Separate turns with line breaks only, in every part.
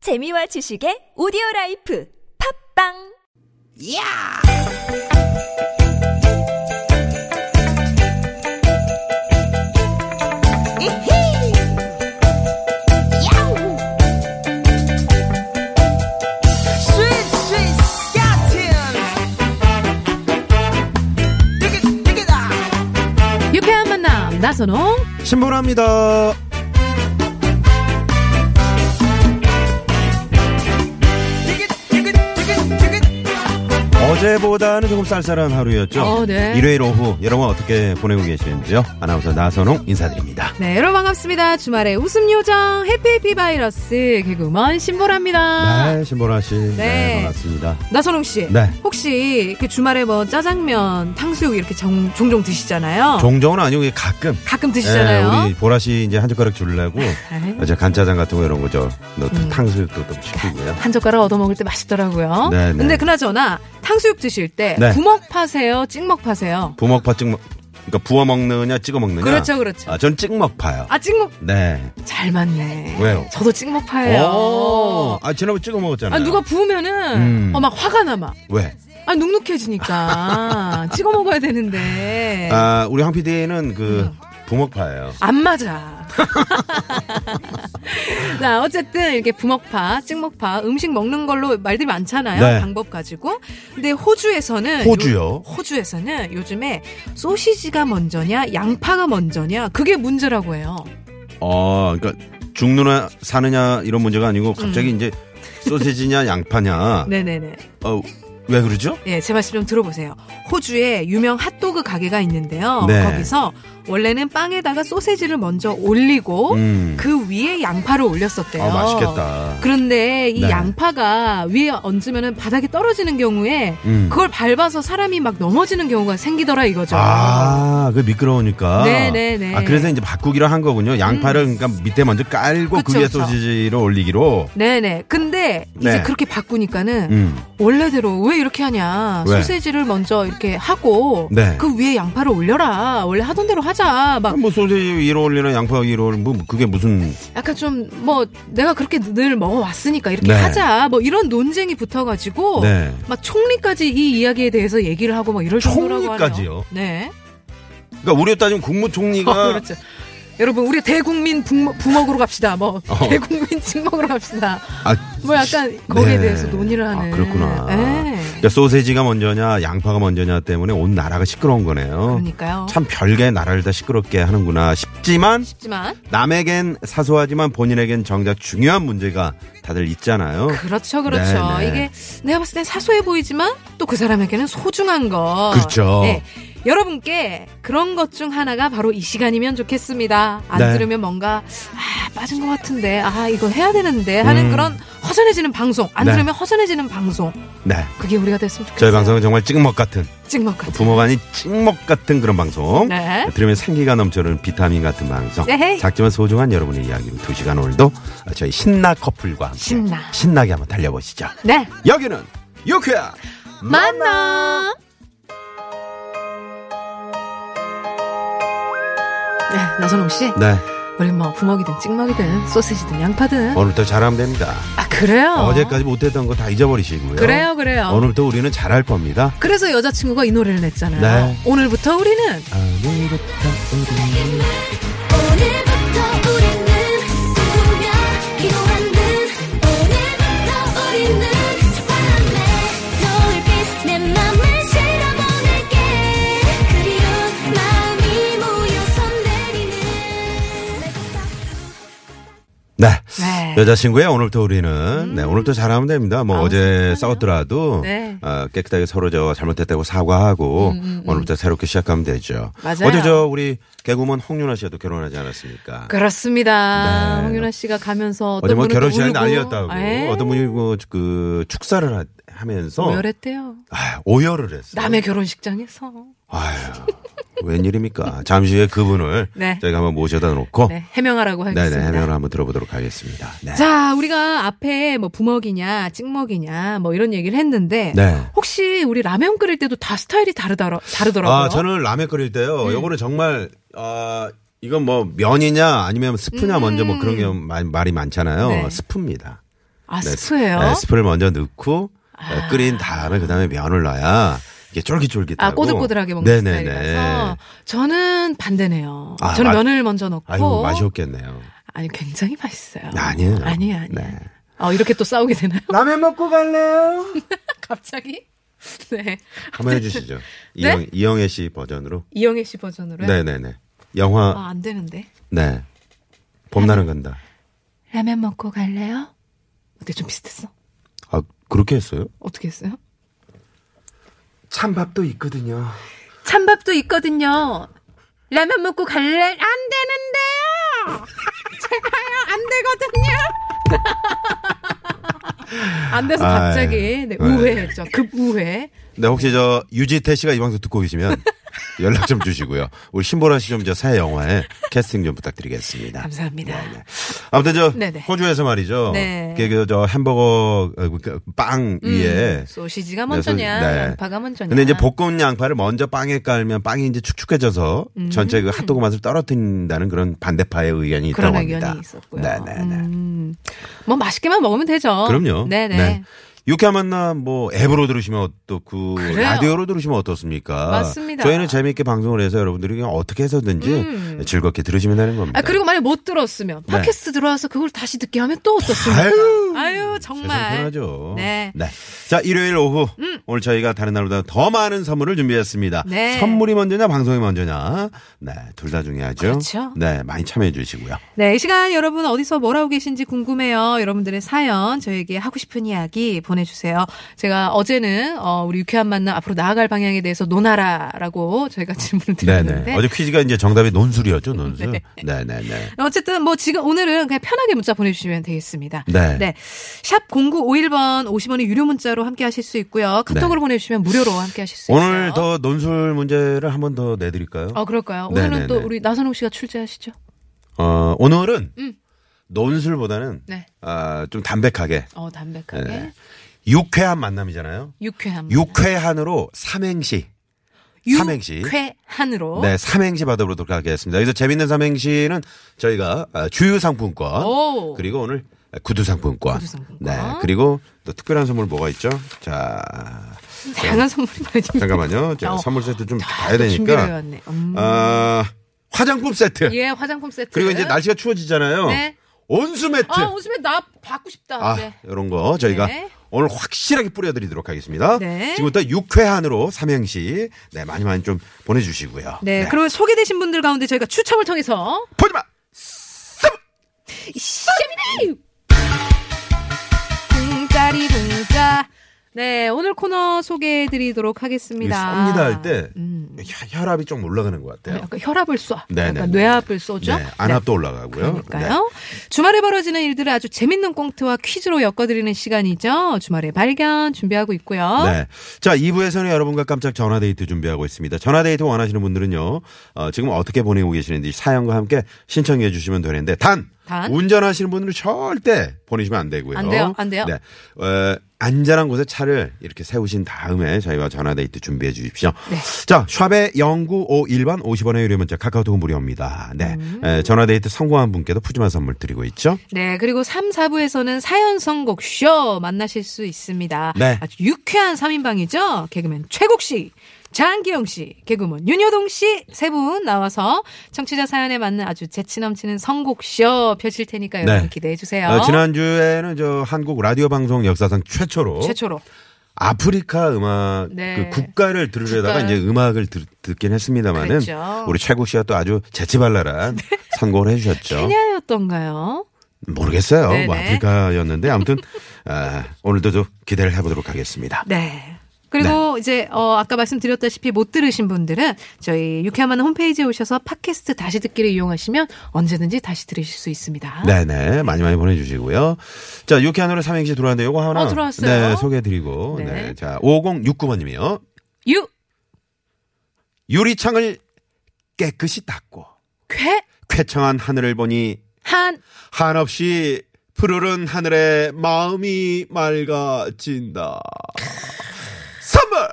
재미와 지식의 오디오 라이프 팝빵
야! 이히! 야우! 스윗 스윗 스카틴! 디기 디기다!
유쾌한 만남 나선홍
신보라입니다.
디기 디기 디기 디기
어제보다는 조금 쌀쌀한 하루였죠.
어, 네.
일요일 오후 여러분 어떻게 보내고 계시는지요? 아나운서 나선홍 인사드립니다.
네 여러분 반갑습니다 주말에 웃음 요정 해피해피 바이러스 개그우먼 신보라입니다
네, 신보라 씨. 네,
아. 네.
반갑습니다.
나선홍 씨
네.
혹시 이렇게 주말에 뭐 짜장면 탕수육 이렇게 정- 종종 드시잖아요
종종은 아니고 가끔.
가끔 드시잖아요 아,
네, 우리 보라 씨 이제 한 젓가락 주려고 저 간짜장 같은 거 이런 거죠. 너
음.
탕수육도 좀
그러니까.
시키고요.
한 젓가락 얻어 먹을 때 맛있더라고요
네, 네.
근데 그나저나 탕수육 드실 때
네.
구먹 파세요 찍먹 파세요
부먹파 찍먹 그러니까 부어 먹느냐 찍어 먹느냐.
그렇죠, 그렇죠.
아, 전 찍먹파요.
아 찍먹
네.
잘 맞네
왜요?
저도 찍먹 파예요
오, 아, 지난번 찍어 먹었잖아요.
네. 어. 아 누가 부으면은
음.
어 막 화가 나막
왜?
아 눅눅해지니까 찍어 먹어야 되는데
아, 우리 황 PD는 그
음.
부먹파예요.
안 맞아. 자 어쨌든 이렇게 부먹파, 찍먹파 음식 먹는 걸로 말들이 많잖아요.
네.
방법 가지고. 근데 호주에서는
호주요?
요- 호주에서는 요즘에 소시지가 먼저냐, 양파가 먼저냐 그게 문제라고 해요.
어, 그러니까 죽느냐 사느냐 이런 문제가 아니고 갑자기 이제 소세지냐 양파냐.
음. 네네네.
어, 왜 그러죠?
예, 제 말씀 좀 들어보세요. 호주에 유명 핫도그 가게가 있는데요.
네.
거기서 원래는 빵에다가 소세지를 먼저 올리고
음.
그 위에 양파를 올렸었대요.
아, 맛있겠다.
그런데 이
네.
양파가 위에 얹으면 바닥에 떨어지는 경우에
음.
그걸 밟아서 사람이 막 넘어지는 경우가 생기더라 이거죠.
아, 그 미끄러우니까.
네네네. 음.
아, 그래서 이제 바꾸기로 한 거군요. 양파를 그러니까 밑에 먼저 깔고 그
그쵸,
위에
그쵸. 어.
소시지를 올리기로.
네네. 근데 이제
네.
그렇게 바꾸니까는
음.
원래대로 왜 이렇게 하냐.
왜?
소세지를 먼저 이렇게 하고
네.
그 위에 양파를 올려라. 원래 하던 대로 하자.
아,
막
뭐 소세지 위로 올리나 양파 위로 올리나 뭐 그게 무슨
약간 좀 뭐 내가 그렇게 늘 먹어왔으니까 이렇게
네.
하자. 뭐 이런 논쟁이 붙어가지고
네.
막 총리까지 이 이야기에 대해서 얘기를 하고 막 이럴 정도라고 하네요.
총리까지요?
네.
그러니까 우리로 따지면 국무총리가
어, 그렇죠. 여러분 우리 대국민 부먹, 부먹으로 갑시다. 뭐
어.
대국민 찍먹으로 갑시다.
아,
뭐 약간 거기에
네.
대해서 논의를
아,
하는.
그렇구나.
예.
그러니까 소세지가 먼저냐 양파가 먼저냐 때문에 온 나라가 시끄러운 거네요.
그러니까요.
참 별개 의 나라를 다 시끄럽게 하는구나 싶지만
하지만
남에겐 사소하지만 본인에겐 정작 중요한 문제가 다들 있잖아요.
그렇죠, 그렇죠.
네, 네.
이게 내가 봤을 땐 사소해 보이지만 또 그 사람에게는 소중한 거.
그렇죠.
네. 여러분께 그런 것 중 하나가 바로 이 시간이면 좋겠습니다. 안
네.
들으면 뭔가 아, 빠진 것 같은데 아 이거 해야 되는데 하는
음.
그런 허전해지는 방송. 안
네.
들으면 허전해지는 방송.
네.
그게 우리가 됐으면 좋겠어요.
저희 방송은 정말 찍먹 같은
찍먹 같은.
부모가 아닌 찍먹 같은 그런 방송.
네.
들으면 생기가 넘쳐는 비타민 같은 방송.
네.
작지만 소중한 여러분의 이야기로 두 시간 오늘도 저희 신나 커플과 함께
신나.
신나게 한번 달려보시죠.
네.
여기는 유쾌한
만나. 네, 나선홍 씨.
네.
우리 뭐 부먹이든 찍먹이든 소시지든 양파든.
오늘부터 잘하면 됩니다.
아 그래요.
어제까지 못했던 거 다 잊어버리시고요.
그래요, 그래요.
오늘부터 우리는 잘할 겁니다.
그래서 여자친구가 이 노래를 냈잖아요.
네.
오늘부터 우리는
오늘부터 우리는 꾸며 기도하는 오늘부터 우리는 바람에 노을빛 내 맘을 실어 보낼게 그리운 마음이 모여서 내리는
네.
네. 음.
여자친구의 오늘부터 우리는 네 오늘부터 잘하면 됩니다. 뭐 어제 싸웠더라도
아, 네. 음,
어, 깨끗하게 서로 저 잘못했다고 사과하고 오늘부터 새롭게 시작하면 되죠.
맞아요.
어제 저 우리 개그우먼 홍윤아 씨도 결혼하지 않았습니까?
그렇습니다.
네.
홍윤아 씨가 가면서 어떤
어제 뭐
분은
결혼식이
울고. 예.
난리였다고
에이,
어떤 분이 뭐 그 축사를 하- 하면서
오열했대요.
아, 오열을 했어요.
남의 결혼식장에서.
아휴, 웬일입니까? 잠시 후에 그분을
네.
저희가 한번 모셔다 놓고
네, 해명하라고
네네
하겠습니다.
해명을 한번 들어보도록 하겠습니다. 네.
자, 우리가 앞에 뭐 부먹이냐, 찍먹이냐, 뭐 이런 얘기를 했는데
네.
혹시 우리 라면 끓일 때도 다 스타일이 다르더라, 다르더라고요.
아 저는 라면 끓일
음.
때요. 요거는 정말 아 이건 뭐 면이냐 아니면 스프냐 먼저 뭐 그런 게 마- 말이 많잖아요.
음. 네.
스프입니다.
아, 스프예요? 아.
네, 스프를 먼저 넣고 네, 끓인 다음에 그다음에 면을 넣어야 이게 쫄깃쫄깃하고
아, 꼬들꼬들하게 먹는
네네네.
스타일이라서 저는 반대네요.
아,
저는
맛-
면을 먼저 넣고
아이고 맛이 없겠네요.
아니 굉장히 맛있어요.
네, 아니에요.
아니에요, 아니에요.
네.
어, 이렇게 또 싸우게 되나요?
라면 먹고 갈래요?
갑자기? 네.
한번 해주시죠.
네?
이영 이영애 씨 버전으로.
이영애 씨 버전으로요?
네네네. 영화
아, 안 되는데.
네 봄날은 간다.
라면 먹고 갈래요? 어때 좀 비슷했어?
아 그렇게 했어요?
어떻게 했어요?
찬밥도 있거든요.
찬밥도 있거든요. 라면 먹고 갈래? 안 되는데요. 제가요 안 되거든요. 안 돼서
아이,
갑자기 네,
네.
우회했죠. 급 우회.
네 혹시 저 유지태 씨가 이 방송 듣고 계시면 연락 좀 주시고요. 우리 신보라 씨 좀 저 새 영화에 캐스팅 좀 부탁드리겠습니다.
감사합니다.
네, 아무튼 저
네네.
호주에서 말이죠.
네. 음.
그저 햄버거 어, 그빵 위에
소시지가 먼저냐,
네, 소- 네.
양파가 먼저냐.
근데 이제 볶은 양파를 먼저 빵에 깔면 빵이 이제 축축해져서
음.
전체 그 핫도그 맛을 떨어뜨린다는 그런 반대파의 의견이
그런
있다고
의견이
합니다.
있었고요.
네네네.
음, 뭐 맛있게만 먹으면 되죠.
그럼요.
어, 네네.
유쾌한 만남 뭐 앱으로 들으시면 어떻고
그래요.
라디오로 들으시면 어떻습니까?
맞습니다.
저희는 재미있게 방송을 해서 여러분들이 그냥 어떻게 해서든지 즐겁게 들으시면 되는
음.
겁니다.
아 그리고 만약 못 들었으면
네.
팟캐스트 들어와서 그걸 다시 듣게 하면 또 어떻습니까?
아유.
아유
세상
정말.
편하죠.
네. 음.
자, 일요일 오후 오늘 저희가 다른 날보다 더 많은 선물을 준비했습니다.
네.
선물이 먼저냐 방송이 먼저냐. 네, 둘 다 중요하죠.
그렇죠.
네, 많이 참여해 주시고요.
네, 이 시간 여러분 어디서 뭐라고 계신지 궁금해요. 여러분들의 사연, 저에게 하고 싶은 이야기 보내주세요. 제가 어제는 어, 우리 유쾌한 만남 앞으로 나아갈 방향에 대해서 논하라라고 저희가 질문을
네,
드렸는데.
네. 어제 퀴즈가 이제 정답이 논술이었죠, 논술. 네, 네, 네.
어쨌든 뭐 지금 오늘은 그냥 편하게 문자 보내주시면 되겠습니다.
네.
샵 0951번 50원의 유료 문자로 함께 하실 수 있고요. 카톡으로
네.
보내주시면 무료로 함께 하실 수 있어요.
오늘 더 논술 문제를 한 번 더 내드릴까요?
어, 그럴까요?
네,
오늘은
네,
또
네.
우리 나선홍 씨가 출제하시죠.
어, 오늘은 논술보다는
음. 네.
아, 좀 담백하게
어, 담백하게.
네. 유쾌한 만남이잖아요.
유쾌한.
유쾌한으로 삼행시. 삼행시.
유쾌한으로.
네, 삼행시 받아보도록 하겠습니다. 여기서 재밌는 삼행시는 저희가 어, 주유 상품권
오.
그리고 오늘 구두 상품권.
구두 상품권.
네, 그리고 또 특별한 선물 뭐가 있죠? 자,
다양한 선물이 많이
잠깐만요. 제가
어.
선물 세트 네. 좀
아,
봐야
또 준비를
되니까.
해왔네. 음.
아, 화장품 세트.
예, 화장품 세트.
그리고 이제 날씨가 추워지잖아요.
네.
온수 매트.
아, 오수면 나 받고 싶다.
아,
네.
이런 거 저희가
네.
오늘 확실하게 뿌려드리도록 하겠습니다.
네.
지금부터 육회한으로 삼행시 네 많이 많이 좀 보내주시고요.
네, 그러면 소개되신 분들 가운데 저희가 추첨을 통해서
보지 마.
시작입니다. 붕짜리 붕짜. 네, 오늘 코너 소개해드리도록
이
하겠습니다.
썹니다 할 때
음. 어,
혈압이 좀 올라가는 것 같아요.
약간 혈압을 쏴.
네,
약간
네,
뇌압을 쏘죠.
네, 안압도 올라가고요. 네.
그러니까요. 주말에 벌어지는 일들을 아주 재밌는 꽁트와 퀴즈로 엮어드리는 시간이죠. 주말에 발견 준비하고 있고요.
네. 네. 자, 2부에서는 여러분과 깜짝 전화데이트 준비하고 있습니다. 전화데이트 원하시는 분들은요, 어, 지금 어떻게 보내고 계시는지 사연과 함께 신청해 주시면 되는데, 단!
단?
운전하시는 분들은 절대 보내시면 안 되고요.
안 돼요, 안 돼요.
네. 어, 안전한 곳에 차를 이렇게 세우신 다음에 저희와 전화데이트 준비해 주십시오.
네.
자, 샵의 0951번 50원의 유료 문자 카카오톡은 무료입니다. 네.
음.
에, 전화데이트 성공한 분께도 푸짐한 선물 드리고 있죠.
네, 그리고 3, 4부에서는 사연 선곡 쇼 만나실 수 있습니다.
네.
아주 유쾌한 3인방이죠. 개그맨 최국 씨, 장기영 씨, 개그맨 윤효동 씨 세 분 나와서 청취자 사연에 맞는 아주 재치 넘치는 선곡 쇼 펼칠 테니까 여러분
네.
기대해 주세요.
어, 지난주에는 저 한국 라디오 방송 역사상 최초로
최초로.
어? 아프리카 음악
네.
그 국가를 들으려다가
국가를.
이제 음악을 들, 듣긴 했습니다마는
그랬죠. 네.
우리 최국 씨가 또 아주 재치발랄한 선곡을 해주셨죠.
케냐였던가요?
모르겠어요.
네네.
뭐 아프리카였는데 아무튼 아, 오늘도 좀 기대를 해보도록 하겠습니다.
네. 그리고 이제 어 아까 말씀드렸다시피 못 들으신 분들은 저희 유쾌한 홈페이지에 오셔서 팟캐스트 다시 듣기를 이용하시면 언제든지 다시 들으실 수 있습니다.
네네 많이 많이 보내주시고요. 자 유쾌한으로 삼행시 들어왔는데 요거 하나
어, 들어왔어요.
네 소개해드리고
네.
네. 자 5069번님이요.
유
유리창을 깨끗이 닦고
쾌
쾌청한 하늘을 보니
한
한없이 푸르른 하늘에 마음이 맑아진다. 선물!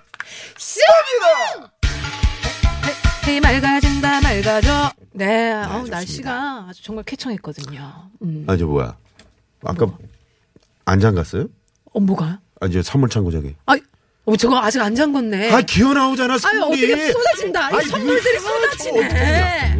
헤이 맑아진다 맑아져. 네, 어우
좋습니다.
날씨가 아주 정말 쾌청했거든요. 음.
아, 저 뭐야. 아까 안 잠갔어요?
어, 뭐가?
아, 이제 선물 창고 저기.
아, 어, 저거 아직 안 잠궜네.
아, 기어 나오잖아, 선물이. 뭐,
아유, 어떻게 쏟아진다. 이 선물들이 쏟아지네.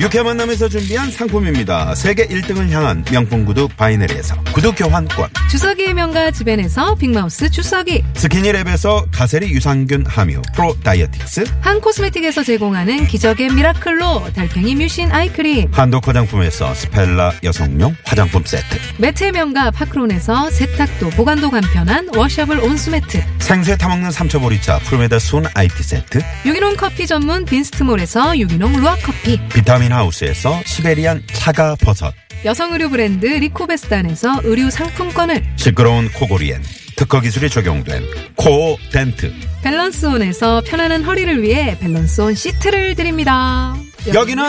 유쾌 만남에서 준비한 상품입니다. 세계 1등을 향한 명품 구두 바이네리에서 구두 교환권.
주석이의 명가 집엔에서 빅마우스 주석이.
스키니랩에서 가세리 유산균 함유 프로 다이어틱스.
한 코스메틱에서 제공하는 기적의 미라클로 달팽이 뮤신 아이크림.
한독 화장품에서 스펠라 여성용 화장품 세트.
매트의 명가 파크론에서 세탁도 보관도 간편한 워셔블 온수매트.
생새 타먹는 삼초보리차 프로메다 순 IT 세트.
유기농 커피 전문 빈스트몰에서 유기농 루아 커피.
비타민 하우스에서 시베리안 차가 버섯.
여성 의류 브랜드 리코베스탄에서 의류 상품권을.
시끄러운 코골이엔 특허 기술이 적용된 코어 덴트.
밸런스온에서 편안한 허리를 위해 밸런스온 시트를 드립니다.
여기는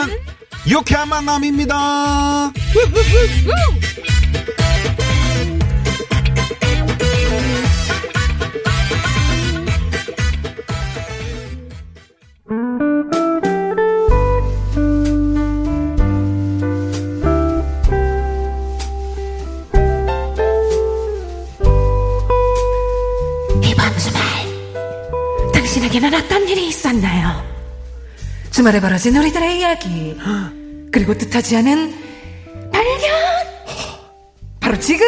유쾌한 만남입니다.
이번 주말 당신에게는 어떤 일이 있었나요? 주말에 벌어진 우리들의 이야기 그리고 뜻하지 않은 발견 바로 지금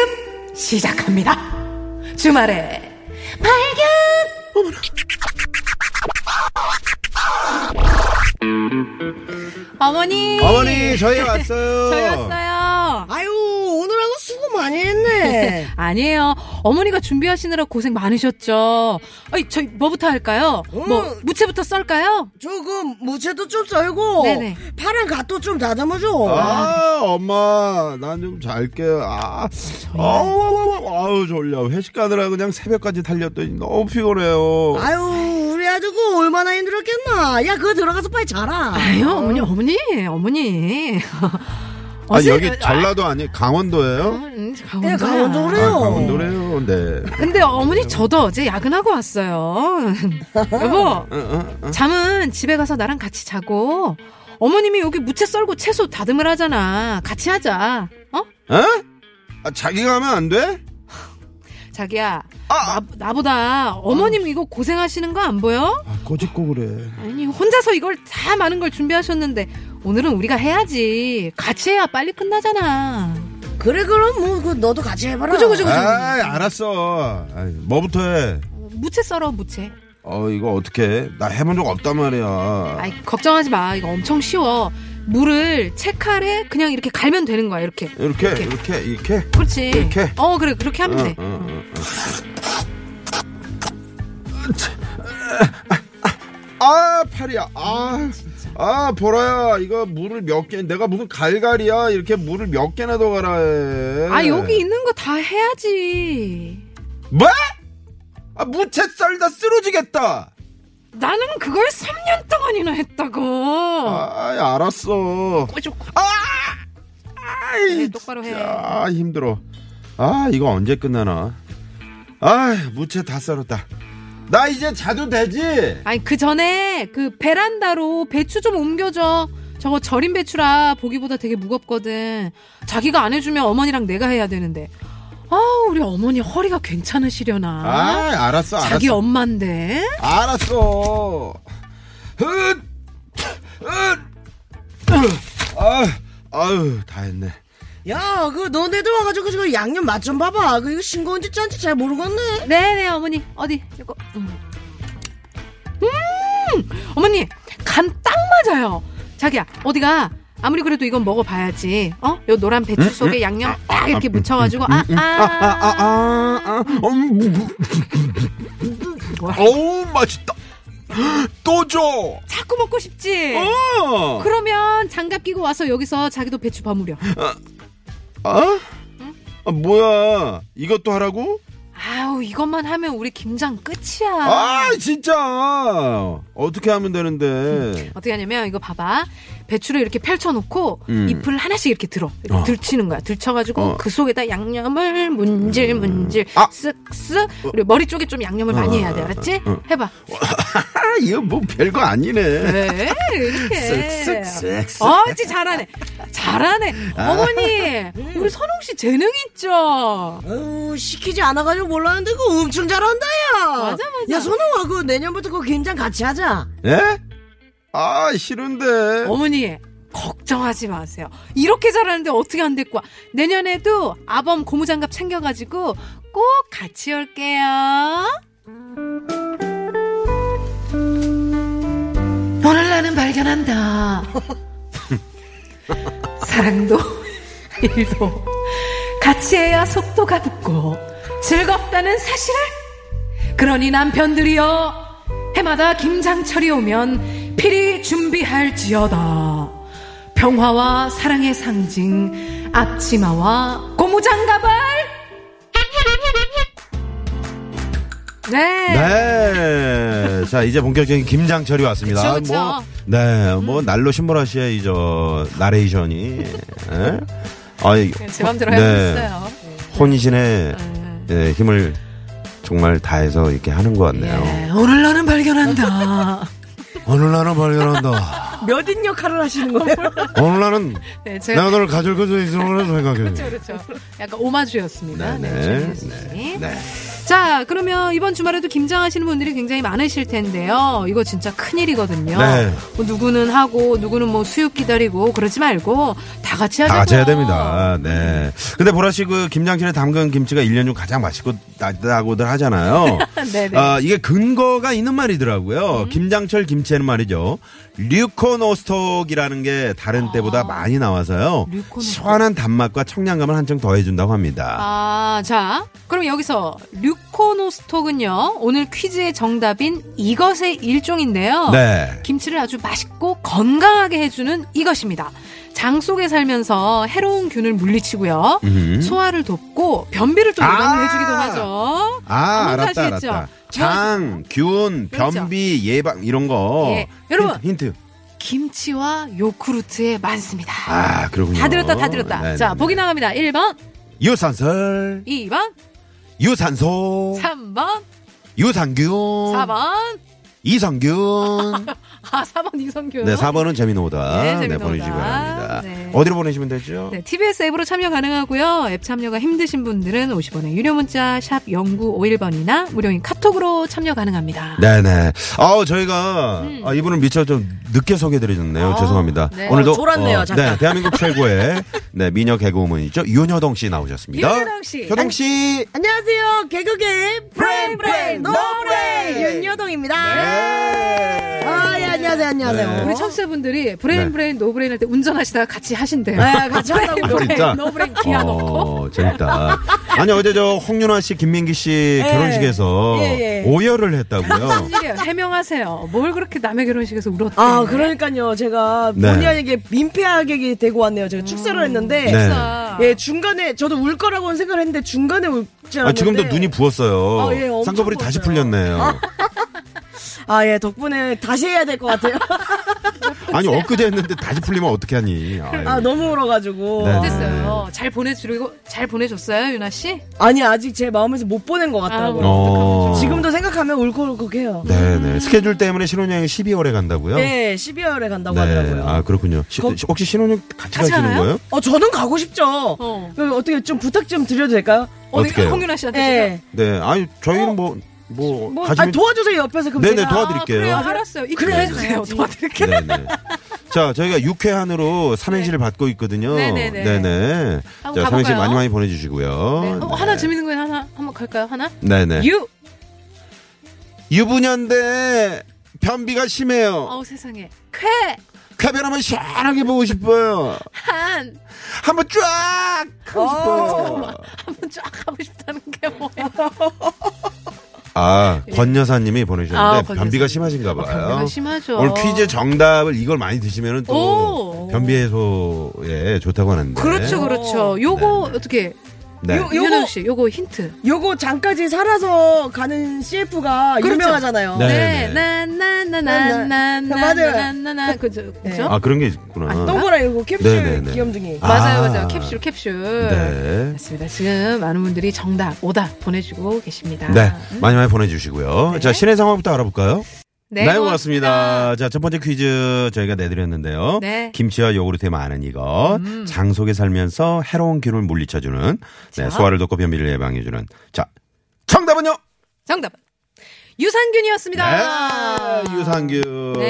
시작합니다 주말에 발견 어머니
어머니 저희 왔어요.
저희 왔어요
아유 오늘 하고 수고 많이 했네.
아니에요. 어머니가 준비하시느라 고생 많으셨죠. 아니, 저희 뭐부터 할까요? 뭐, 무채부터 썰까요?
조금 무채도 좀 썰고
네네.
파란 갓도 좀 다듬어줘.
아 엄마 난 좀 잘게. 아 아우 졸려. 회식 가느라 그냥 새벽까지 달렸더니 너무
뭐.
피곤해요.
아. 유 우리 아주고 얼마나 힘들었겠나. 야 그거 들어가서 빨리 자라.
아유, 어머니, 어머니, 어머니.
아니
어제-
여기 전라도 아니 강원도예요?
음,
예,
강원도야.
강원도래요.
아, 강원도래요. 네.
근데 어머니 저도 어제 야근하고 왔어요. 여보, 잠은 집에 가서 나랑 같이 자고 어머님이 여기 무채 썰고 채소 다듬을 하잖아. 같이 하자. 어?
에? 아, 자기가 하면 안 돼?
자기야,
아!
나, 보다 어머님 이거 고생하시는 거 안 보여?
아, 꼬집고 그래.
아니 혼자서 이걸 다 많은 걸 준비하셨는데 오늘은 우리가 해야지 같이 해야 빨리 끝나잖아
그래 그럼 뭐 그 너도 같이 해봐라.
그죠, 그죠,
아,
그죠.
알았어. 아이, 뭐부터 해?
무채 썰어 무채
어, 이거 어떻게? 나 해본 적 없단 말이야.
아이 걱정하지 마 이거 엄청 쉬워 물을 채칼에 그냥 이렇게 갈면 되는 거야 이렇게
이렇게, 이렇게, 이렇게.
그렇지
이렇게?
어 그래 그렇게 하면 돼
어, 어, 어. 아, 팔이야. 아, 아, 보라야. 이거 물을 몇 개, 내가 무슨 갈갈이야. 이렇게 물을 몇 개나 더 갈아 해.
아 여기 있는 거 다 해야지
뭐? 아, 무채 썰다 쓰러지겠다.
나는 그걸 3년 동안이나 했다고
아, 알았어.
꼬
아이,
그래, 똑바로 해.
아, 힘들어. 아, 이거 언제 끝나나? 아, 무채 다 썰었다. 나 이제 자도 되지?
아니 그 전에 그 베란다로 배추 좀 옮겨줘. 저거 절인 배추라 보기보다 되게 무겁거든. 자기가 안 해주면 어머니랑 내가 해야 되는데. 아 우리 어머니 허리가
아,
괜찮으시려나?
알았어, 알았어.
자기 엄만데.
알았어. 흩, 흩, 아, 아유, 다 했네.
야, 그 너네들 와가지고 그 양념 맛 좀 봐봐. 그 이거 싱거운지 짠지 잘 모르겠네.
네네 어머니 어디 이거. 음 어머니 간 딱 맞아요. 자기야 어디가? 아무리 그래도 이건 먹어봐야지. 어? 요 노란 배추
음,
속에 양념 딱 이렇게 묻혀가지고 아아
아, 아, 아, 음, 음, 어우, 맛있다. 또 줘.
자꾸 먹고 싶지.
어.
그러면 장갑 끼고 와서 여기서 자기도 배추 버무려.
아? 아, 뭐야. 이것도 하라고?
아우 아우 이것만 하면 우리 김장 끝이야.
아, 진짜. 어떻게 하면 되는데.
어떻게 하냐면 이거 봐봐 배추를 이렇게 펼쳐놓고
음.
잎을 하나씩 이렇게 들어 이렇게
어.
들치는 거야 들쳐가지고
어.
그 속에다 양념을 문질 문질
아. 어.
쓱쓱 그리고 머리 쪽에 좀 양념을 많이 해야 돼 알았지? 해봐
아, 이거 뭐 별거 아니네.
왜 이렇게
쓱쓱쓱. 아.
어찌 잘하네 잘하네 어머니 우리 선홍 씨 재능 있죠
어우, 시키지 않아가지고 몰랐는데 그거 엄청 잘한다, 야!
맞아, 맞아.
야, 선홍아, 그 내년부터 그거 김장 같이 하자.
예? 아, 싫은데.
어머니 걱정하지 마세요. 이렇게 잘하는데 어떻게 안 될 거야? 내년에도 아범 고무장갑 챙겨가지고 꼭 같이 올게요. 오늘 나는 발견한다. 사랑도 일도 같이 해야 속도가 붙고 즐겁다는 사실을 그러니 남편들이여 해마다 김장철이 오면 필히 준비할지어다 평화와 사랑의 상징 앞치마와 고무장가발 네.
네. 자, 이제 본격적인 김장철이 왔습니다.
그쵸, 그쵸. 음.
뭐, 네, 뭐, 날로 신보라 씨의 이, 저, 나레이션이. 예? 아이,
제 맘대로
네.
해보겠어요
혼신의
네.
예, 힘을 정말 다해서 이렇게 하는 것 같네요.
네, 오늘 나는 발견한다
어느 날은 발견한다.
몇인 역할을 하시는 거예요?
어느 날은
네, 제가
내가 너를 가질 것을 있으므로 생각해.
그렇죠, 그렇죠. 약간 오마주였습니다. 네,
네,
최민수 씨.
네, 네.
자, 그러면 이번 주말에도 김장하시는 분들이 굉장히 많으실 텐데요. 이거 진짜 큰일이거든요.
네.
뭐 누구는 하고, 누구는 뭐 수육 기다리고, 그러지 말고, 다 같이 하자.
다 같이 해야 됩니다. 네. 근데 보라 씨 그 김장철에 담근 김치가 1년 중 가장 맛있고 나다고들 하잖아요.
네네. 음.
아, 이게 근거가 있는 말이더라고요. 김장철 김치에는 말이죠. 류코노스톡이라는 게 다른 때보다 많이 나와서요.
아. 류코노스톡.
시원한 단맛과 청량감을 한층 더해준다고 합니다.
아, 자, 그럼 여기서 류코노스톡은요, 오늘 퀴즈의 정답인 이것의 일종인데요.
네.
김치를 아주 맛있고 건강하게 해주는 이것입니다. 장 속에 살면서 해로운 균을 물리치고요.
음.
소화를 돕고 변비를 또
아!
예방을 해주기도 하죠.
아,
뭔지
알았다,
아시겠죠?
알았다. 장, 균,
그렇죠.
변비, 예방, 이런 거.
예. 여러분.
힌트, 힌트.
김치와 요구르트에 많습니다.
아, 그러군요.
다 들었다, 다 들었다.
네네네.
자, 보기 나갑니다. 1번,
유산슬,
2번,
유산소,
3번,
유산균,
4번.
이성균.
아, 4번 이성균.
네, 4번은 재미노다.
네,
네,
재미노다.
보내주시기 바랍니다.
네.
어디로 보내시면 되죠?
네, TBS 앱으로 참여 가능하고요. 앱 참여가 힘드신 분들은 50원의 유료 문자 샵 0951번이나 무료인 카톡으로 참여 가능합니다.
네네. 아우, 저희가, 아, 이분은 미처 좀 늦게 소개해드렸네요. 죄송합니다.
음. 네.
오늘도.
어, 졸았네요, 잠깐.
네, 대한민국 최고의, 네, 미녀 개그우먼이죠. 윤여동 씨 네. 나오셨습니다.
윤여동 씨.
효동 씨.
안녕하세요. 개그계 브레인 브레인 노브레인 윤여동입니다.
네.
아, 예, 안녕하세요. 안녕하세요.
네.
우리 청취자분들이 브레인
네.
브레인 노브레인 할 때 운전하시다가 같이 하신대요. 아,
네, 같이 한다고.
브레인 브레인
진짜?
노브레인 기아 넣고.
어, 재밌다. 아니, 어제 저 홍윤아 씨, 김민기 씨 결혼식에서
예, 예.
오열을 했다고요.
무슨 일이에요? 해명하세요. 뭘 그렇게 남의 결혼식에서 울었대?
아, 그러니까요. 제가
네.
본의 아니게 민폐하게 되고 왔네요. 제가 축사를 했는데.
네.
예, 중간에, 저도 울 거라고는 생각을 했는데, 중간에 울줄 알았는데.
아, 지금도 눈이 부었어요.
네. 아, 예, 엄청
쌍꺼풀이 다시
부었어요.
풀렸네요.
아, 예, 덕분에 다시 해야 될 것 같아요.
아니 엊그제 했는데 다시 풀리면 어떻게 하니? 아유.
네. 아, 너무 울어가지고.
네.
어땠어요? 잘 보내주고 잘 보내줬어요, 유나 씨?
아니, 아직 제 마음에서 못 보낸 것 같더라고요.
어.
지금도 생각하면 울컥울컥해요.
네네 스케줄 때문에 신혼여행 12월에 간다고요?
네, 12월에 간다고
네.
하더라고요.
아 그렇군요. 시-
거-
혹시 신혼여행 같이
같이
가시는
가요?
거예요?
어, 저는 가고 싶죠.
어.
그럼 어떻게 좀 부탁 좀 드려도 될까요?
어디
어떡해요?
홍윤아 씨한테
네.
네. 아니 저희는 뭐. 뭐,
어? 뭐,
가시면-
아, 도와주세요, 옆에서. 그럼
네네,
제가.
지금?
도와드릴게요. 네.
아, 그래요, 알았어요. 그래 주세요. 도와드릴게요.
네네. 자 저희가 6회 한으로 삼행시를 받고 있거든요.
네. 네네네.
네네.
한번
자 삼행시
가볼까요?
많이 많이 보내주시고요.
네. 어, 하나 재밌는 거 하나 한번 갈까요? 하나?
네네.
유.
유부녀인데 변비가 심해요.
어우 세상에. 쾌.
쾌변하면 시원하게 보고 싶어요.
한.
한번 쫙 하고 싶어요.
한번 쫙 하고 싶다는 게 뭐예요?
아, 권
네.
여사님이
아,
보내주셨는데
권
변비가
여사님.
아, 심하신가 봐요.
변비가 심하죠.
오늘 퀴즈 정답을 이걸 많이 드시면 또
오.
변비 해소에 좋다고 하는데.
그렇죠, 그렇죠. 요거 그렇죠. 어떻게
네.
요-
윤영 씨, 요거 힌트.
요거 장까지 살아서 가는 CF가
그렇죠.
유명하잖아요.
네,
네,
네.
나나나나나나나
맞아요.
나나나 그죠, 그죠.
아 그런 게 있구나.
동그라 이거 캡슐
네, 네, 네.
귀염둥이.
아.
맞아요, 맞아요. 캡슐, 캡슐.
네.
맞습니다. 지금 많은 분들이 정답, 오답 보내주고 계십니다.
네. 많이 많이 보내주시고요. 자, 시내 상황부터 알아볼까요?
네, 고맙습니다.
고맙습니다. 자, 첫 번째 퀴즈 저희가 내드렸는데요.
네.
김치와 요구르트의 많은 이것. 장 속에 살면서 해로운 기운을 물리쳐주는, 네, 소화를 돕고 변비를 예방해주는. 자, 정답은요?
정답. 유산균이었습니다.
네, 유산균.
아. 네.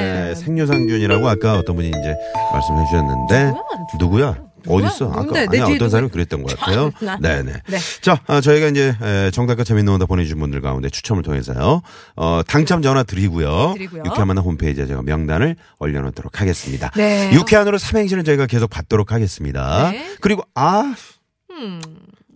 네, 생유산균이라고 아까 어떤 분이 이제 말씀해 주셨는데 누구야?
누구야?
어딨어? 아까
뭔데? 내
아니
뒤에
어떤
누구-
사람이 그랬던 것 같아요.
나-
네네.
네.
자 아, 저희가 이제 에, 정답과 재밌는 오답 보내주신 분들 가운데 추첨을 통해서요 어, 당첨 전화 드리고요.
드리고요.
유쾌한 만남 홈페이지에 제가 명단을 올려놓도록 하겠습니다.
네.
유쾌한으로 삼행시는 저희가 계속 받도록 하겠습니다.
네.
그리고 아,
음,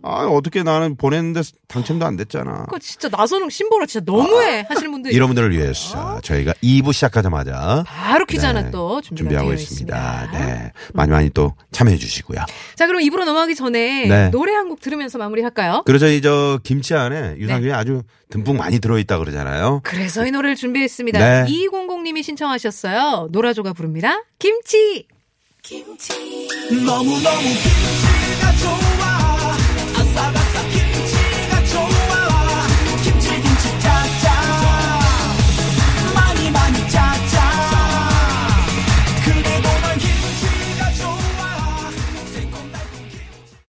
아 어떻게 나는 보냈는데 당첨도 안 됐잖아.
그거 진짜 나선홍 심보라 진짜 너무해 하시는 분들
이런 분들을 위해서 저희가 2부 시작하자마자
바로 퀴즈
네,
하나 또 준비가
준비하고
되어
있습니다.
있습니다.
네. 많이 많이 또 참여해 주시고요.
자, 그럼 입으로 넘어가기 전에
네.
노래 한 곡 들으면서 마무리할까요?
그래서 이저 김치 안에 유산균이 아주 듬뿍 많이 들어있다 그러잖아요.
그래서 이 노래를 준비했습니다.
네.
2200님이 신청하셨어요. 노라조가 부릅니다. 김치!
너무너무 김치